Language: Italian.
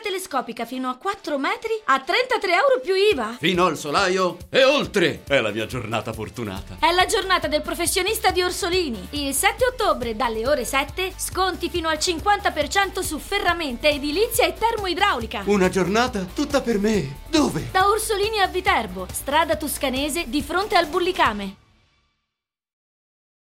telescopica fino a 4 metri a 33 euro più IVA. Fino al solaio e oltre! È la mia giornata fortunata. È la giornata del professionista di Orsolini. Il 7 ottobre, dalle ore 7, sconti fino al 50% su ferramenta, edilizia e termoidraulica. Una giornata tutta per me. Dove? Da Orsolini a Viterbo, strada toscanese di fronte al Bullicame.